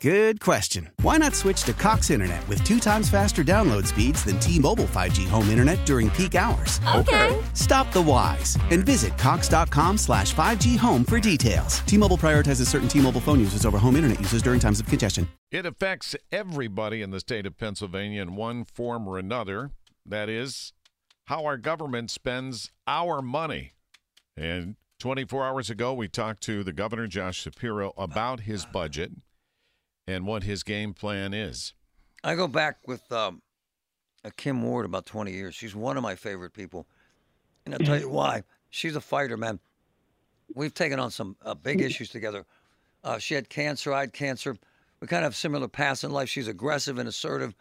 Good question. Why not switch to Cox Internet with two times faster download speeds than T-Mobile 5G home internet during peak hours? Okay. Stop the whys and visit cox.com slash 5G home for details. T-Mobile prioritizes certain T-Mobile phone users over home internet users during times of congestion. It affects everybody in the state of Pennsylvania in one form or another. That is how our government spends our money. And 24 hours ago, we talked to the governor, Josh Shapiro, about his budget and what his game plan is. I go back with um, uh, Kim Ward about 20 years. She's one of my favorite people. And I'll tell you why. She's a fighter, man. We've taken on some uh, big issues together. Uh, she had cancer, I had cancer. We kind of have similar paths in life. She's aggressive and assertive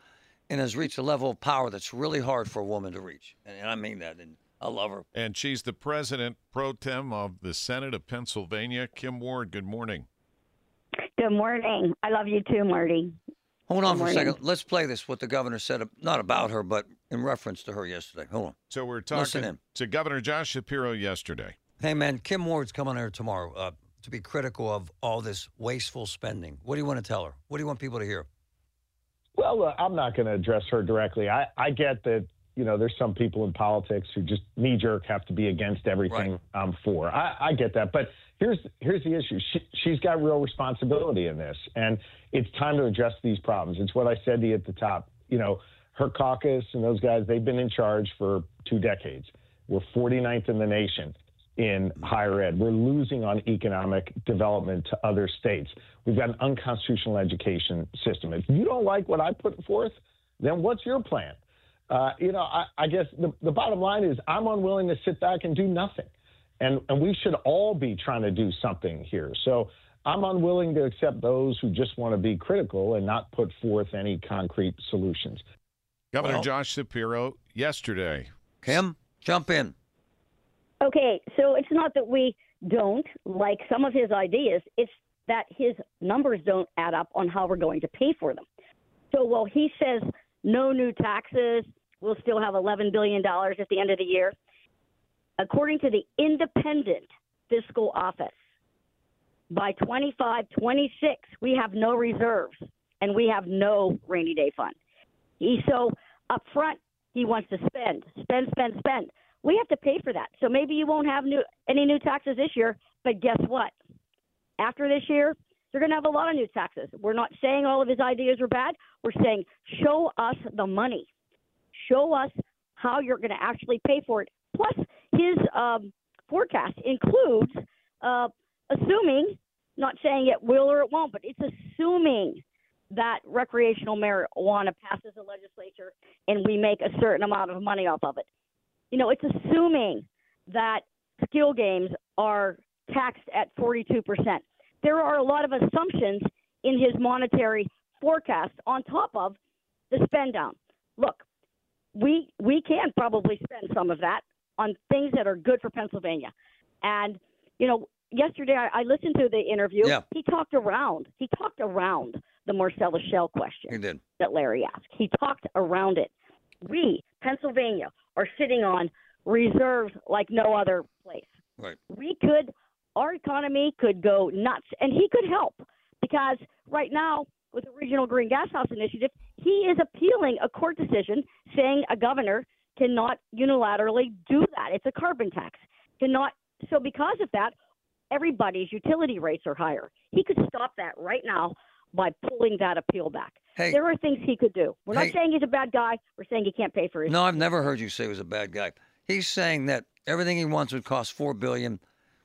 and has reached a level of power that's really hard for a woman to reach. And, and I mean that. And I love her. And she's the president pro tem of the Senate of Pennsylvania. Kim Ward, good morning. Good morning. I love you too, Marty. Hold on for a second. morning. Let's play this, what the governor said, ab- not about her, but in reference to her yesterday. Hold on. So we're Listen talking in. to Governor Josh Shapiro yesterday. Hey, man, Kim Ward's coming here tomorrow uh, to be critical of all this wasteful spending. What do you want to tell her? What do you want people to hear? Well, uh, I'm not going to address her directly. I, I get that, you know, there's some people in politics who just knee jerk have to be against everything Right. I'm for. I, I get that. But here's here's the issue. She, she's got real responsibility in this. And it's time to address these problems. It's what I said to you at the top. You know, her caucus and those guys, they've been in charge for two decades. We're 49th in the nation in higher ed. We're losing on economic development to other states. We've got an unconstitutional education system. If you don't like what I put forth, then what's your plan? Uh, you know, I, I guess the, the bottom line is I'm unwilling to sit back and do nothing. And, and we should all be trying to do something here. So I'm unwilling to accept those who just want to be critical and not put forth any concrete solutions. Governor Well- Josh Shapiro yesterday. Kim, jump in. Okay, so it's not that we don't like some of his ideas, it's that his numbers don't add up on how we're going to pay for them. So while he says no new taxes, we'll still have $11 billion at the end of the year, according to the independent fiscal office, by 25, 26, we have no reserves and we have no rainy day fund. He so up front he wants to spend, spend, spend, spend. We have to pay for that. So maybe you won't have new any new taxes this year, but guess what? After this year, you're going to have a lot of new taxes. We're not saying all of his ideas are bad. We're saying show us the money. Show us how you're going to actually pay for it. Plus, his um, forecast includes uh, assuming, not saying it will or it won't, but it's assuming that recreational marijuana passes the legislature and we make a certain amount of money off of it. You know, it's assuming that skill games are taxed at 42%. There are a lot of assumptions in his monetary forecast on top of the spend down. Look, we we can probably spend some of that on things that are good for Pennsylvania. And you know, yesterday I, I listened to the interview. Yeah. He talked around. He talked around the Marcella Shell question He did. that Larry asked. He talked around it. We, Pennsylvania, are sitting on reserves like no other place. Right. We could, our economy could go nuts, and he could help because right now, with the Regional Green Gas House Initiative, he is appealing a court decision saying a governor cannot unilaterally do that. It's a carbon tax. Cannot. So because of that, everybody's utility rates are higher. He could stop that right now by pulling that appeal back. Hey. There are things he could do. We're Hey. not saying he's a bad guy. We're saying he can't pay for his. No, I've never heard you say he was a bad guy. He's saying that everything he wants would cost four billion.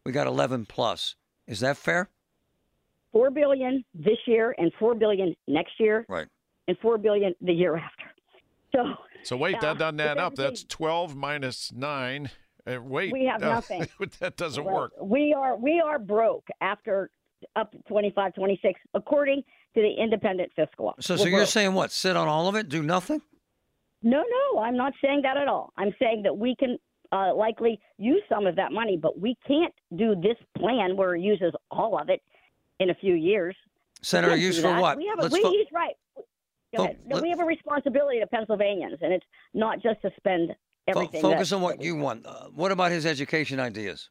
We got eleven plus. Is that fair? Four billion this year and four billion next year. Right. and four billion the year after. So So wait, Yeah, that doesn't but add up. everything- That's twelve minus nine. Uh, wait, We have nothing. that doesn't well, work. we are we are broke after up to 25, 26, according to the independent fiscal office. So, so We're you're broke. saying what? Sit on all of it? Do nothing? No, no, I'm not saying that at all. I'm saying that we can uh, likely use some of that money, but we can't do this plan where it uses all of it in a few years. Senator, can't do used for that. what? We have a, Let's we, fo- he's right. Go Fo- ahead. No, let- we have a responsibility to Pennsylvanians, and it's not just to spend fo- everything. that- focus on what you want. Uh, what about his education ideas?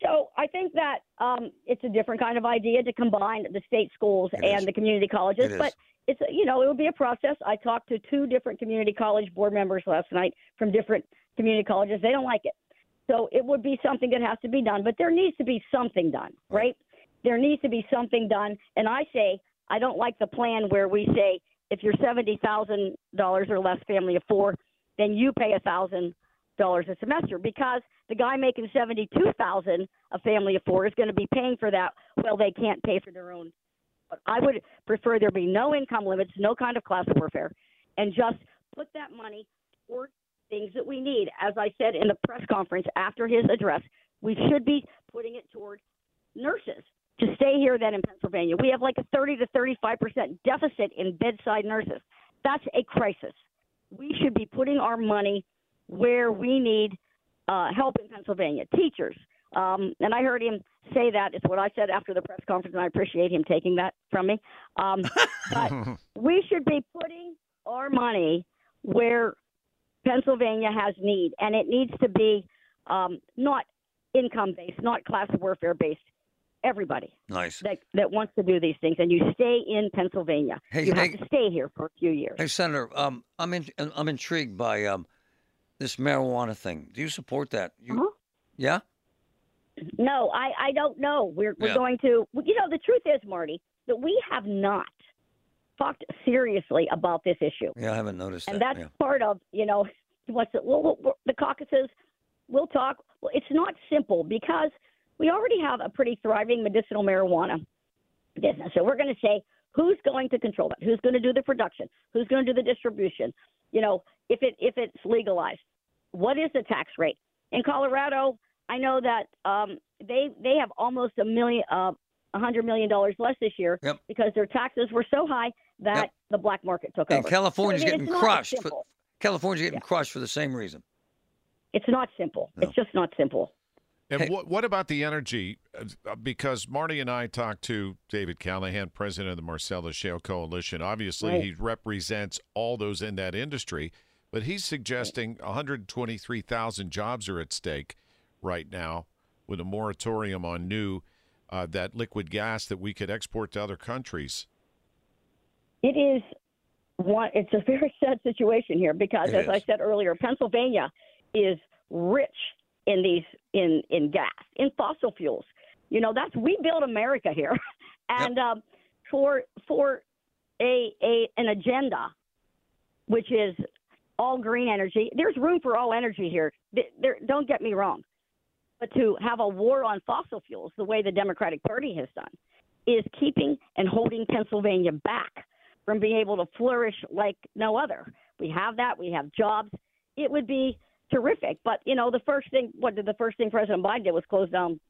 So I think that um, it's a different kind of idea to combine the state schools It and is. the community colleges, It is. but it's a- you know it would be a process. I talked to two different community college board members last night from different community colleges. They don't like it, so it would be something that has to be done. But there needs to be something done, Right. right? There needs to be something done, and I say I don't like the plan where we say if you're seventy thousand dollars or less, family of four, then you pay a thousand dollars a semester because the guy making seventy two thousand a family of four is going to be paying for that well they can't pay for their own But i would prefer there be no income limits no kind of class warfare and just put that money toward things that we need as i said in the press conference after his address we should be putting it toward nurses to stay here then in pennsylvania we have like a 30 to 35 percent deficit in bedside nurses that's a crisis we should be putting our money where we need uh, help in Pennsylvania, teachers. Um, and I heard him say that. It's what I said after the press conference, and I appreciate him taking that from me. Um, but we should be putting our money where Pennsylvania has need, and it needs to be um, not income based, not class warfare based. Everybody Nice. that that wants to do these things, and you stay in Pennsylvania. Hey, you hey- have to stay here for a few years. Hey, Senator, um, I'm in, I'm intrigued by um, this marijuana thing. Do you support that? You, Uh-huh. Yeah. No, I, I don't know. We're, we're Yeah. going to, well, you know, the truth is, Marty, that we have not talked seriously about this issue. Yeah, I haven't noticed And that. that's part of, you know, what's it, well, well, the caucuses, we'll talk. Well, it's not simple because we already have a pretty thriving medicinal marijuana business. So we're going to say, who's going to control that? Who's going to do the production? Who's going to do the distribution? You know, if it if it's legalized, what is the tax rate in Colorado? I know that um, they they have almost a million, uh, a hundred million dollars less this year Yep. because their taxes were so high that Yep. the black market took And over. California's So, I mean, getting it's not crushed for- simple. California's getting crushed for the same reason. It's not simple. No. It's just not simple. And Hey- what what about the energy? Uh, Because Marty and I talked to David Callahan, president of the Marcellus Shale Coalition. Obviously, Right. he represents all those in that industry, but he's suggesting 123,000 jobs are at stake right now with a moratorium on new uh, that liquid gas that we could export to other countries. It is one. It's a very sad situation here because, It as I is. said earlier, Pennsylvania is rich in these in in gas, in fossil fuels. You know, that's we built America here, and um, for for a a an agenda, which is all green energy. There's room for all energy here. Th- There, don't get me wrong, but to have a war on fossil fuels the way the Democratic Party has done is keeping and holding Pennsylvania back from being able to flourish like no other. We have that. We have jobs. It would be terrific. But you know, the first thing what did the first thing President Biden did was close down.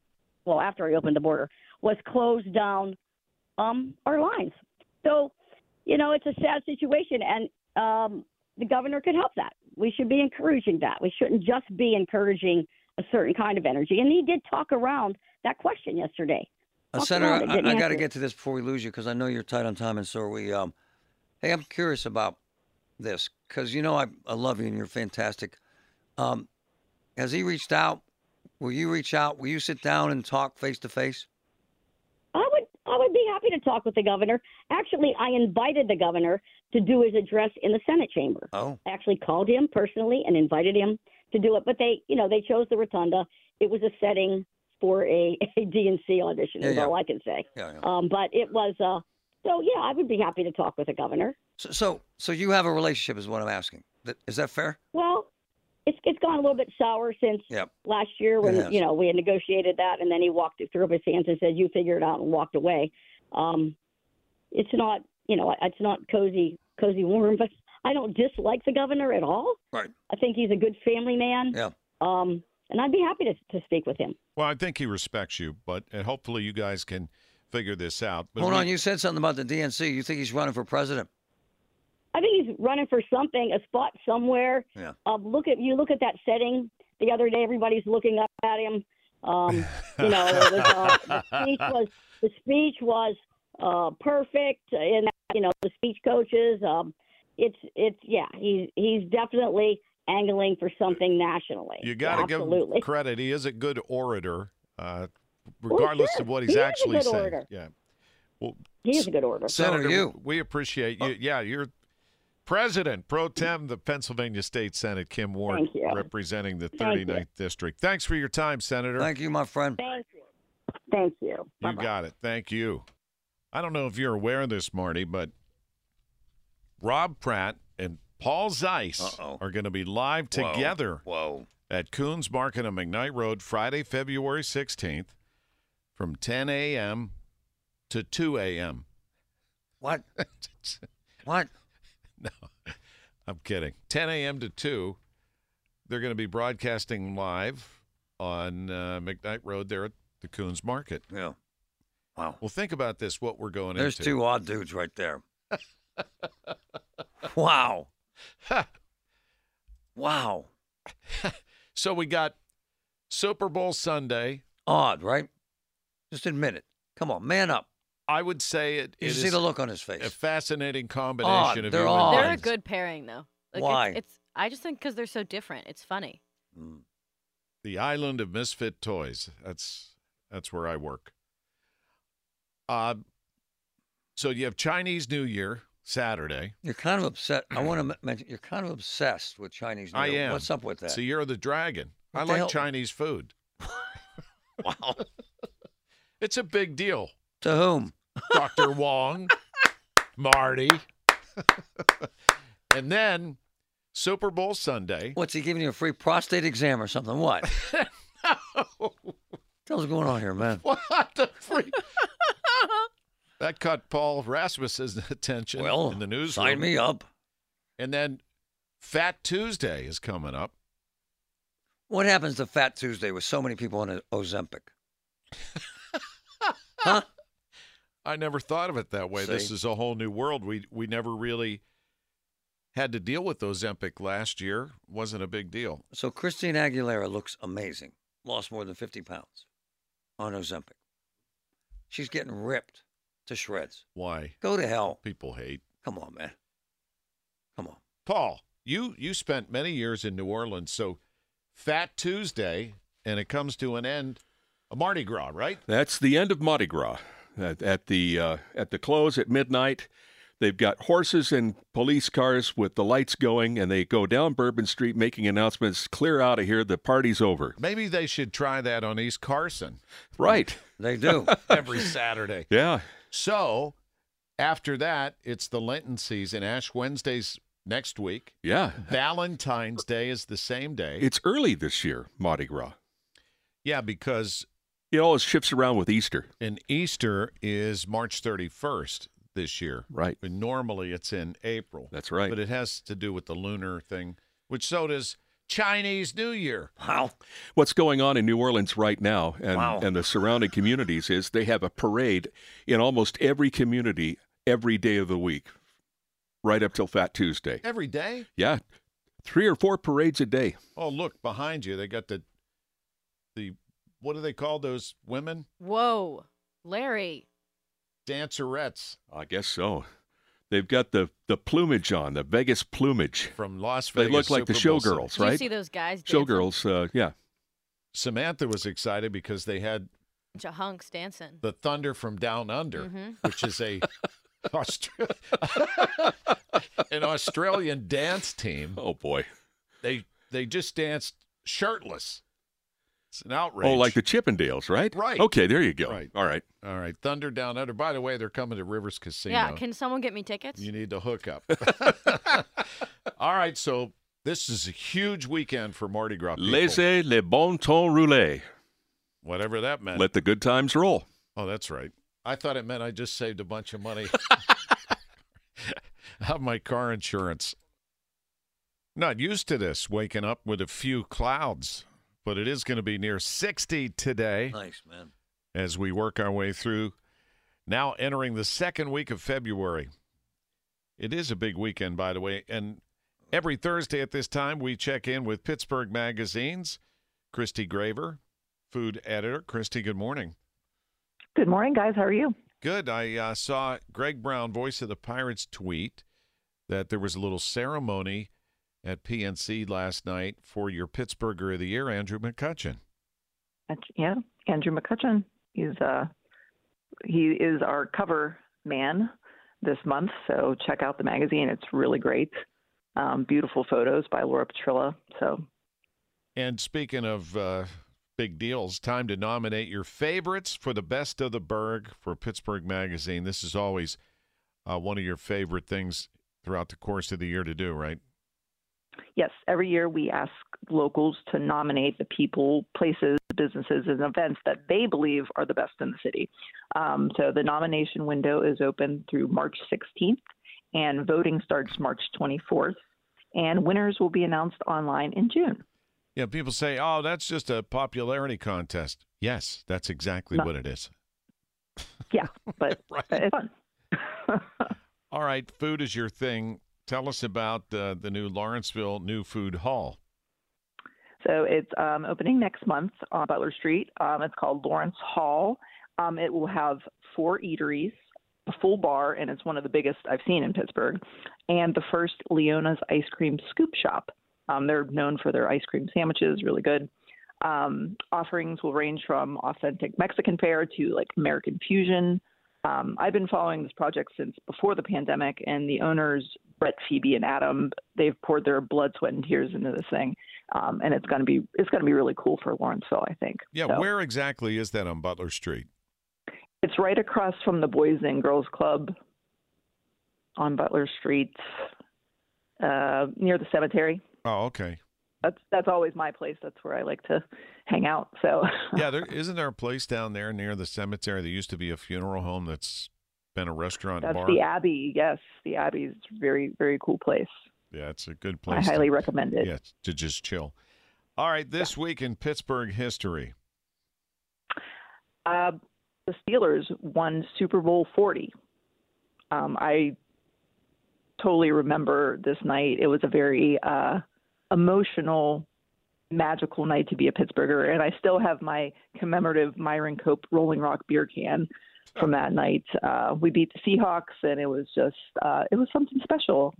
Well, after he opened the border, was close down um, our lines. So, you know, it's a sad situation, and um, the governor could help that. We should be encouraging that. We shouldn't just be encouraging a certain kind of energy. And he did talk around that question yesterday. Uh, Talked Senator, around it, I, didn't I got answer to it. get to this before we lose you because I know you're tight on time, and so are we. Um, hey, I'm curious about this because you know I, I love you and you're fantastic. Um, has he reached out? Will you reach out? Will you sit down and talk face to face? I would I would be happy to talk with the governor. Actually, I invited the governor to do his address in the Senate chamber. Oh, I actually called him personally and invited him to do it, but they, you know, they chose the rotunda. It was a setting for a, a DNC audition, Yeah, is yeah. all I can say. yeah. yeah. Um, but it was uh, so yeah, I would be happy to talk with the governor. So, so, so you have a relationship, is what I'm asking. That, is that fair? Well, it's it's gone a little bit sour since Yep. last year when It has. you know we had negotiated that, and then he walked it through up his hands and said, "You figure it out," and walked away. Um, it's not you know, I- it's not cozy, cozy warm, but I don't dislike the governor at all. Right. I think he's a good family man. Yeah. Um, and I'd be happy to, to speak with him. Well, I think he respects you, but and hopefully you guys can figure this out. But Hold we- on. You said something about the DNC. You think he's running for president? I think he's running for something, a spot somewhere. Yeah. Um, look at you. Look at that setting the other day. Everybody's looking up at him. Um, you know, it was, uh, the speech was the speech was uh, perfect, and you know the speech coaches. Um, it's it's yeah. He's he's definitely angling for something nationally. You got to give absolutely. him credit. He is a good orator, uh, Well, regardless sure. of what he's He is a actually good saying. orator. Yeah, He is a good order. So are Senator, you. we appreciate you. Yeah, you're president pro tem the Pennsylvania State Senate, Kim Ward, Thank you. representing the Thank you. 39th district. Thanks for your time, Senator. Thank you, my friend. Thank you. Thank you. You Bye-bye. got it. Thank you. I don't know if you're aware of this, Marty, but Rob Pratt and Paul Zeiss Uh-oh. are going to be live Whoa. together Whoa. at Coons Market on McKnight Road, Friday, February 16th, from 10 a.m. to 2 a.m. What? What? I'm kidding. 10 a.m. to 2. They're going to be broadcasting live on uh, McKnight Road there at the Coons Market. Yeah. Wow. Well, think about this what we're going There's into. two odd dudes right there. wow. There's two. Wow. so we got Super Bowl Sunday. Odd, right? Just admit it. Come on, man up. I would say it, You it should see is the look on his face. a fascinating combination Odd. of They're you odd. and They're a Vince. good pairing, though. it's- Why? It's, I just think because they're so different. It's funny. Mm. the island of misfit toys that's that's where i work uh, so you have chinese new year saturday You're kind of upset. I want to mention you're kind of obsessed with Chinese. New i Year. am What's up with that? it's the year of the dragon What i the like hell- chinese food wow. it's a big deal to whom? dr wong marty and then super bowl sunday What's he giving you a free prostate exam or something? What? what the hell's going on here, man? what the freak that caught paul rasmussen's attention Well, in the news sign me up. And then Fat Tuesday is coming up. What happens to Fat Tuesday with so many people on Ozempic? huh? I never thought of it that way. This See? is a whole new world. We we never really had to deal with Ozempic last year. wasn't a big deal. So Christine Aguilera looks amazing. Lost more than 50 pounds on Ozempic. She's getting ripped to shreds. Why Go to hell. people hate Come on, man. Come on. Paul. You you spent many years in New Orleans, so Fat Tuesday, and it comes to an end. A Mardi Gras, right? That's the end of Mardi Gras. At, at the uh, at the close at midnight, they've got horses and police cars with the lights going, and they go down Bourbon Street making announcements. Clear out of here. The party's over. Maybe they should try that on East Carson Right. They do. every Saturday. Yeah. So after that, it's the Lenten season. Ash Wednesday's next week. Yeah. Valentine's Day is the same day. It's early this year, Mardi Gras. yeah, because It always shifts around with Easter. in Easter is March 31st this year. Right. And normally it's in April. That's right. But it has to do with the lunar thing, which so does Chinese New Year. Wow. What's going on in New Orleans right now and, Wow. and the surrounding communities is they have a parade in almost every community every day of the week, right up till Fat Tuesday. Every day? Yeah, three or four parades a day. Oh, look behind you. They got the the what do they call those women? Whoa, Larry. Dancerettes I guess so. They've got the, the plumage on, the Vegas plumage. from Las They Vegas. look like the Super Bowl showgirls, Did you see right? those guys? dancing? Showgirls, uh, yeah. Samantha was excited because they had Bunch of hunks dancing. the Thunder from Down Under, Mm-hmm. Mhm. which is a Austra- an Australian dance team. Oh, boy. They they just danced shirtless. It's an outrage. Oh, like the Chippendales, right? Right. Okay, there you go. Right. All right. all right Thunder Down Under. By the way, they're coming to Rivers Casino. Yeah. Can someone get me tickets? you need to hook up. all right, so this is a huge weekend for Mardi Gras. people. Laissez le bon temps rouler. whatever that meant. Let the good times roll. oh, that's right. I thought it meant I just saved a bunch of money have my car insurance. Not used to this, waking up with a few clouds, but it is going to be near 60 today Nice, man. as we work our way through. Now entering the second week of February. It is a big weekend, by the way. And every Thursday at this time, we check in with Pittsburgh Magazine's Christy Graver, food editor. Christy, good morning. Good morning, guys. How are you? Good. I uh, saw Greg Brown, voice of the Pirates, tweet that there was a little ceremony at PNC last night for your Pittsburgher of the Year, Andrew McCutcheon. That's, yeah, Andrew McCutcheon. He's uh, he is our cover man this month. So check out the magazine; it's really great. Um, beautiful photos by Laura Petrilla. So And speaking of uh, big deals, time to nominate your favorites for the best of the Berg for Pittsburgh Magazine. This is always uh, one of your favorite things throughout the course of the year to do, right? yes, every year we ask locals to nominate the people, places, businesses, and events that they believe are the best in the city. Um, so the nomination window is open through March 16th, and voting starts March 24th. And winners will be announced online in June. Yeah, people say, oh, that's just a popularity contest. Yes, that's exactly No. what it is. Yeah, but Right. it's fun. All right, food is your thing. Tell us about uh, the new Lawrenceville New Food Hall. So it's um, opening next month on Butler Street. Um, it's called Lawrence Hall. Um, it will have four eateries, a full bar, and it's one of the biggest I've seen in Pittsburgh, and the first Leona's Ice Cream Scoop Shop. Um, they're known for their ice cream sandwiches, really good. Um, offerings will range from authentic Mexican fare to like American fusion. Um, I've been following this project since before the pandemic, and the owners, Brett, Phoebe, and Adam, they've poured their blood, sweat, and tears into this thing um, and it's going to be it's going to be really cool for Lawrenceville, I think. Yeah, So, where exactly is that on Butler Street? it's right across from the Boys and Girls Club on Butler Street, uh, near the cemetery. Oh, okay. That's that's always my place. That's where I like to hang out. So Yeah, there isn't there a place down there near the cemetery that used to be a funeral home that's been a restaurant that's bar? the Abbey. Yes, the Abbey is a very very cool place. yeah, it's a good place. I highly to, recommend it. Yeah, to just chill. All right, this week in Pittsburgh history. Uh, the Steelers won Super Bowl 40. Um, I totally remember this night. It was a very uh, emotional, magical night to be a Pittsburgher, and I still have my commemorative Myron Cope Rolling Rock beer can from that night. Uh, we beat the Seahawks, and it was just uh, it was something special.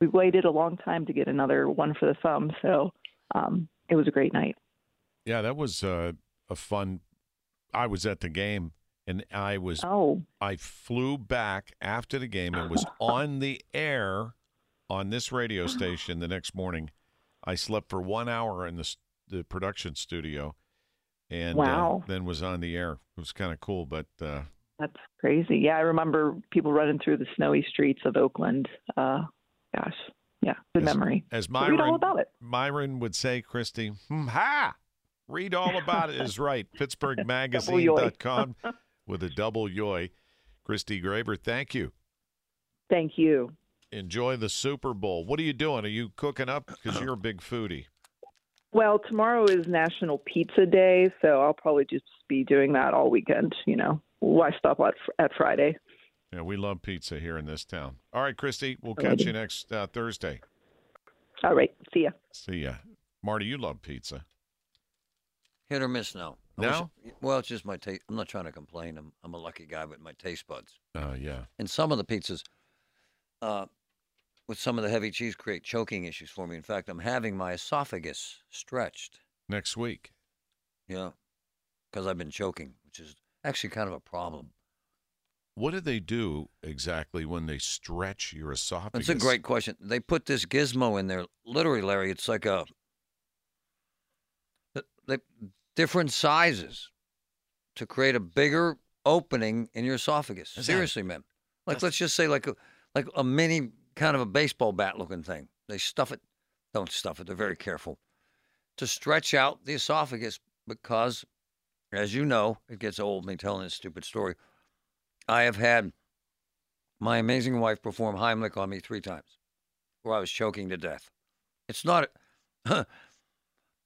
We waited a long time to get another one for the thumb, so um, it was a great night. Yeah, that was uh, a fun. I was at the game and I was Oh, I flew back after the game and was on the air on this radio station the next morning. I slept for one hour in the, s- the production studio and uh, Wow. then was on the air. It was kind of cool, but uh, That's crazy. Yeah, I remember people running through the snowy streets of Oakland. Uh, gosh, yeah, good Yes. memory. as But Myron, Read all about it. Myron would say, Christy, "Hmm, ha! Read all about it is right. PittsburghMagazine.com with a double yoy. Christy Graber, thank you. Thank you. Enjoy the Super Bowl. What are you doing? Are you cooking up? Because you're a big foodie. Well, tomorrow is National Pizza Day, so I'll probably just be doing that all weekend. You know, why stop at at Friday? Yeah, we love pizza here in this town. All right, Christy, we'll I catch do. you next uh, Thursday. All right, see ya. See ya. Marty, you love pizza. Hit or miss now. I wish- No? well, it's just my taste. I'm not trying to complain. I'm, I'm a lucky guy with my taste buds. Oh, yeah. And some of the pizzas, uh, with some of the heavy cheese, create choking issues for me. In fact, I'm having my esophagus stretched. Next week. Yeah. Because I've been choking, which is actually kind of a problem. What do they do exactly when they stretch your esophagus? That's a great question. They put this gizmo in there, literally, Larry. It's like a th- they, different sizes to create a bigger opening in your esophagus. Is that- Seriously, man. Like let's just say like a like a mini kind of a baseball bat looking thing. They stuff it. Don't stuff it. They're very careful to stretch out the esophagus because, as you know, it gets old me telling this stupid story. I have had my amazing wife perform Heimlich on me three times, where I was choking to death. It's not. and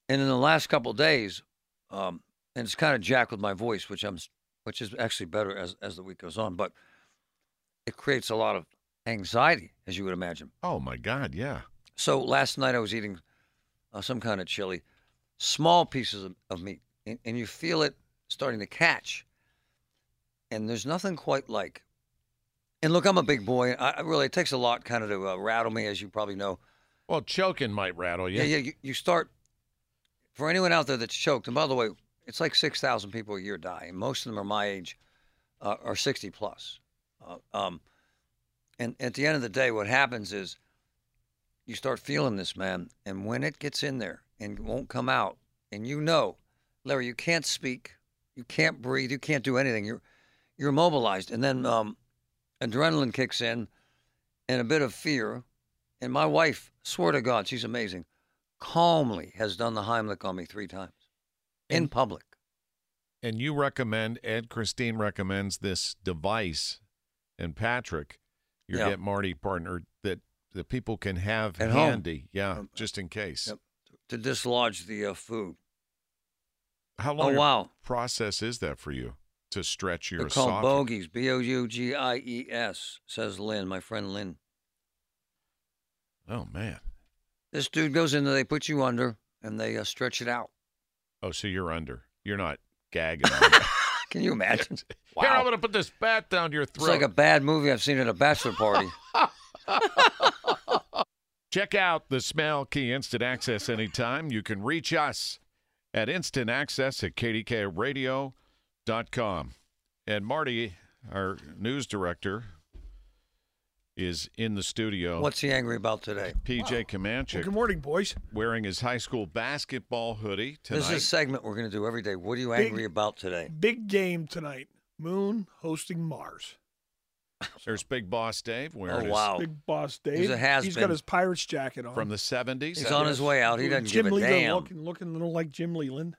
in the last couple of days, um, and it's kind of jacked with my voice, which I'm, which is actually better as as the week goes on. But it creates a lot of anxiety, as you would imagine. Oh my God, yeah. So last night I was eating uh, some kind of chili, small pieces of, of meat, and, and you feel it starting to catch. And there's nothing quite like. And look, I'm a big boy. I, I really, it takes a lot kind of to uh, rattle me, as you probably know. Well, choking might rattle you. Yeah, yeah. You, you start. For anyone out there that's choked, and by the way, it's like six thousand people a year die, and most of them are my age, uh, are sixty plus. Uh, um, and at the end of the day, what happens is you start feeling this, man. And when it gets in there and won't come out, and you know, Larry, you can't speak, you can't breathe, you can't do anything. You're you're immobilized, and then um, adrenaline kicks in, and a bit of fear. And my wife, swear to God, she's amazing, calmly has done the Heimlich on me three times in public. And you recommend, Ed Christine recommends this device, and Patrick, your Yeah. Get Marty partner, that, that people can have At home. handy. Yeah, Um, just in case. Yep. to dislodge the uh, food. How long Oh, a wow. process is that for you to stretch your They're called esophagus? bogies. B o u g i e s. Says Lynn, my friend Lynn. Oh, man. This dude goes in there. They put you under and they uh, stretch it out. Oh, so you're under. You're not gagging. on it. Can you imagine? Here, I'm going to put this bat down your throat. It's like a bad movie I've seen at a bachelor party. Check out the Smell Key Instant Access anytime. You can reach us at instant access at kdkradio.com. And Marty, our news director, is in the studio. What's he angry about today? PJ Comanche Well, good morning, boys. wearing his high school basketball hoodie This is a tonight. segment we're going to do every day. What are you Big- angry about today? Big game tonight. Moon hosting Mars. There's Big Boss Dave Oh wearing his- wow! Big boss Dave. He's a has-been. He's got his Pirates jacket on. from the 70s. He's on his way out. He doesn't Jim give a Leland damn. Looking, looking a little like Jim Leland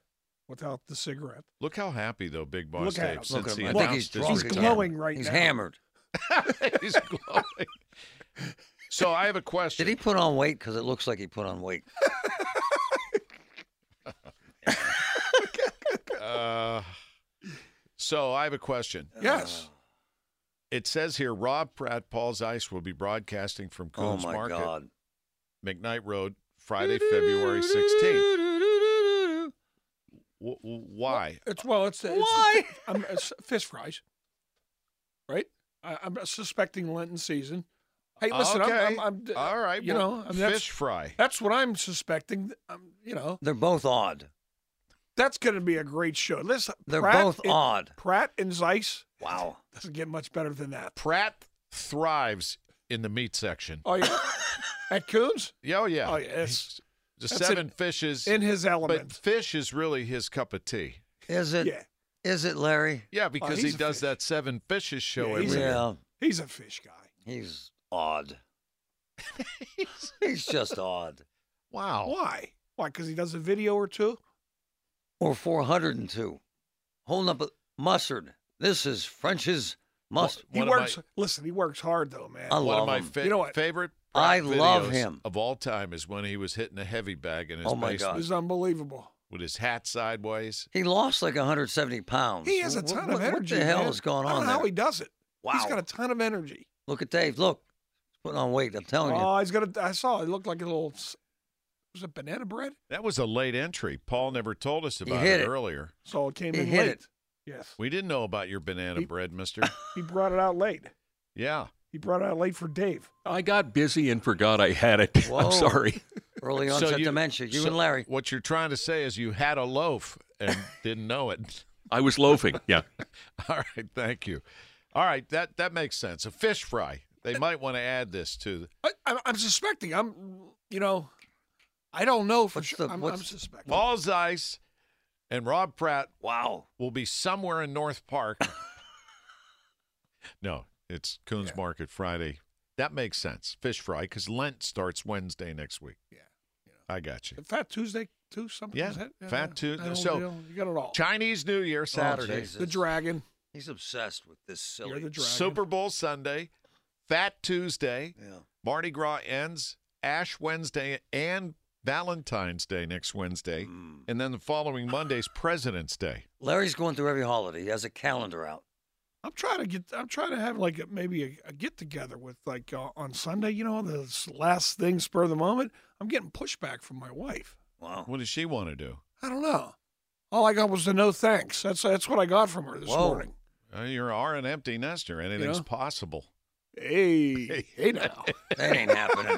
without the cigarette. Look how happy, though, Big Boss Look at Dave, him. Look since at he him. I Look, think announced his he's drunk. He's again. retirement. glowing right He's now. hammered. he's glowing. So I have a question. Did he put on weight? Because it looks like he put on weight. Uh, so I have a question. Oh, Yes. It says here Rob Pratt, Paul's Ice will be broadcasting from Oh Coons my Market, God! McKnight Road, Friday, February 16th. W- w- why? It's well. It's, it's why I'm it's fish fries, right? I, I'm suspecting Lenten season. Hey, listen, Okay. I'm, I'm, I'm All right. You well, know, I mean, that's- fish fry. that's what I'm suspecting. Um, you know, They're both odd. that's going to be a great show. Listen, They're Pratt both and- odd. Pratt and Zeiss Wow. doesn't get much better than that. Pratt thrives in the meat section. Oh yeah, at Coons Yeah, oh, yeah. Oh, yeah, it's- the that's seven an- fishes. in his but element. fish is really his cup of tea. Is it? Is yeah, it Larry? Yeah, because he Oh, he's a does fish. that seven fishes show Yeah, every he's a- year. Yeah, he's a fish guy. he's odd. he's just odd. Wow. Why? Why? Because he does a video or two. Or 402. Holding up a mustard. This is French's mustard. He One of my- works. listen, he works hard though, man. I One of love my him. fa- You know what? favorite I Pratt love videos him. of all time is when he was hitting a heavy bag in his Oh, my basement God. This is unbelievable. with his hat sideways. He lost like 170 pounds. He has a Wh- ton wh- of energy. What the hell man. is going I don't on know there? how he does it. He's Wow. got a ton of energy. Look at Dave. Look. He's putting on weight. I'm telling you. Oh, he's got a. I saw it looked like a little. s- Was it banana bread? That was a late entry. Paul never told us about hit it, it. earlier. So it came He in hit late. it. Yes, We didn't know about your banana He- bread, mister. he brought it out late. yeah. He brought it out late for Dave. I got busy and forgot I had it. Whoa. I'm sorry. Early onset dementia. You so and Larry. What you're trying to say is you had a loaf and didn't know it. I was loafing. Yeah. All right, thank you. All right, that that makes sense. A fish fry. They might want to add this to. I, I'm, I'm suspecting. I'm. You know, I don't know for What's sure. the- I'm, I'm what's- suspecting. Paul's Ice and Rob Pratt Oh, Wow. will be somewhere in North Park. no, it's Coons Market Friday. That makes sense. Fish fry because Lent starts Wednesday next week. Yeah, I got you. Fat Tuesday too. Something Yeah, is that? Fat I Tuesday. don't So- know. you got it all. Chinese New Year Saturday, Jesus. the dragon. He's obsessed with this You're silly. the dragon. Super Bowl Sunday, Fat Tuesday. Mardi Gras ends. Ash Wednesday and Valentine's Day next Wednesday. And then the following Monday's President's Day. Larry's going through every holiday. He has a calendar out. I'm trying to get. I'm trying to have like a, maybe a, a get together with like uh, on Sunday. You know, this last thing spur of the moment. I'm getting pushback from my wife. Wow. What does she want to do? I don't know. All I got was the no thanks. That's that's what I got from her this morning. Uh, you are an empty nester. Anything's know? possible. Hey, hey now. That ain't happening.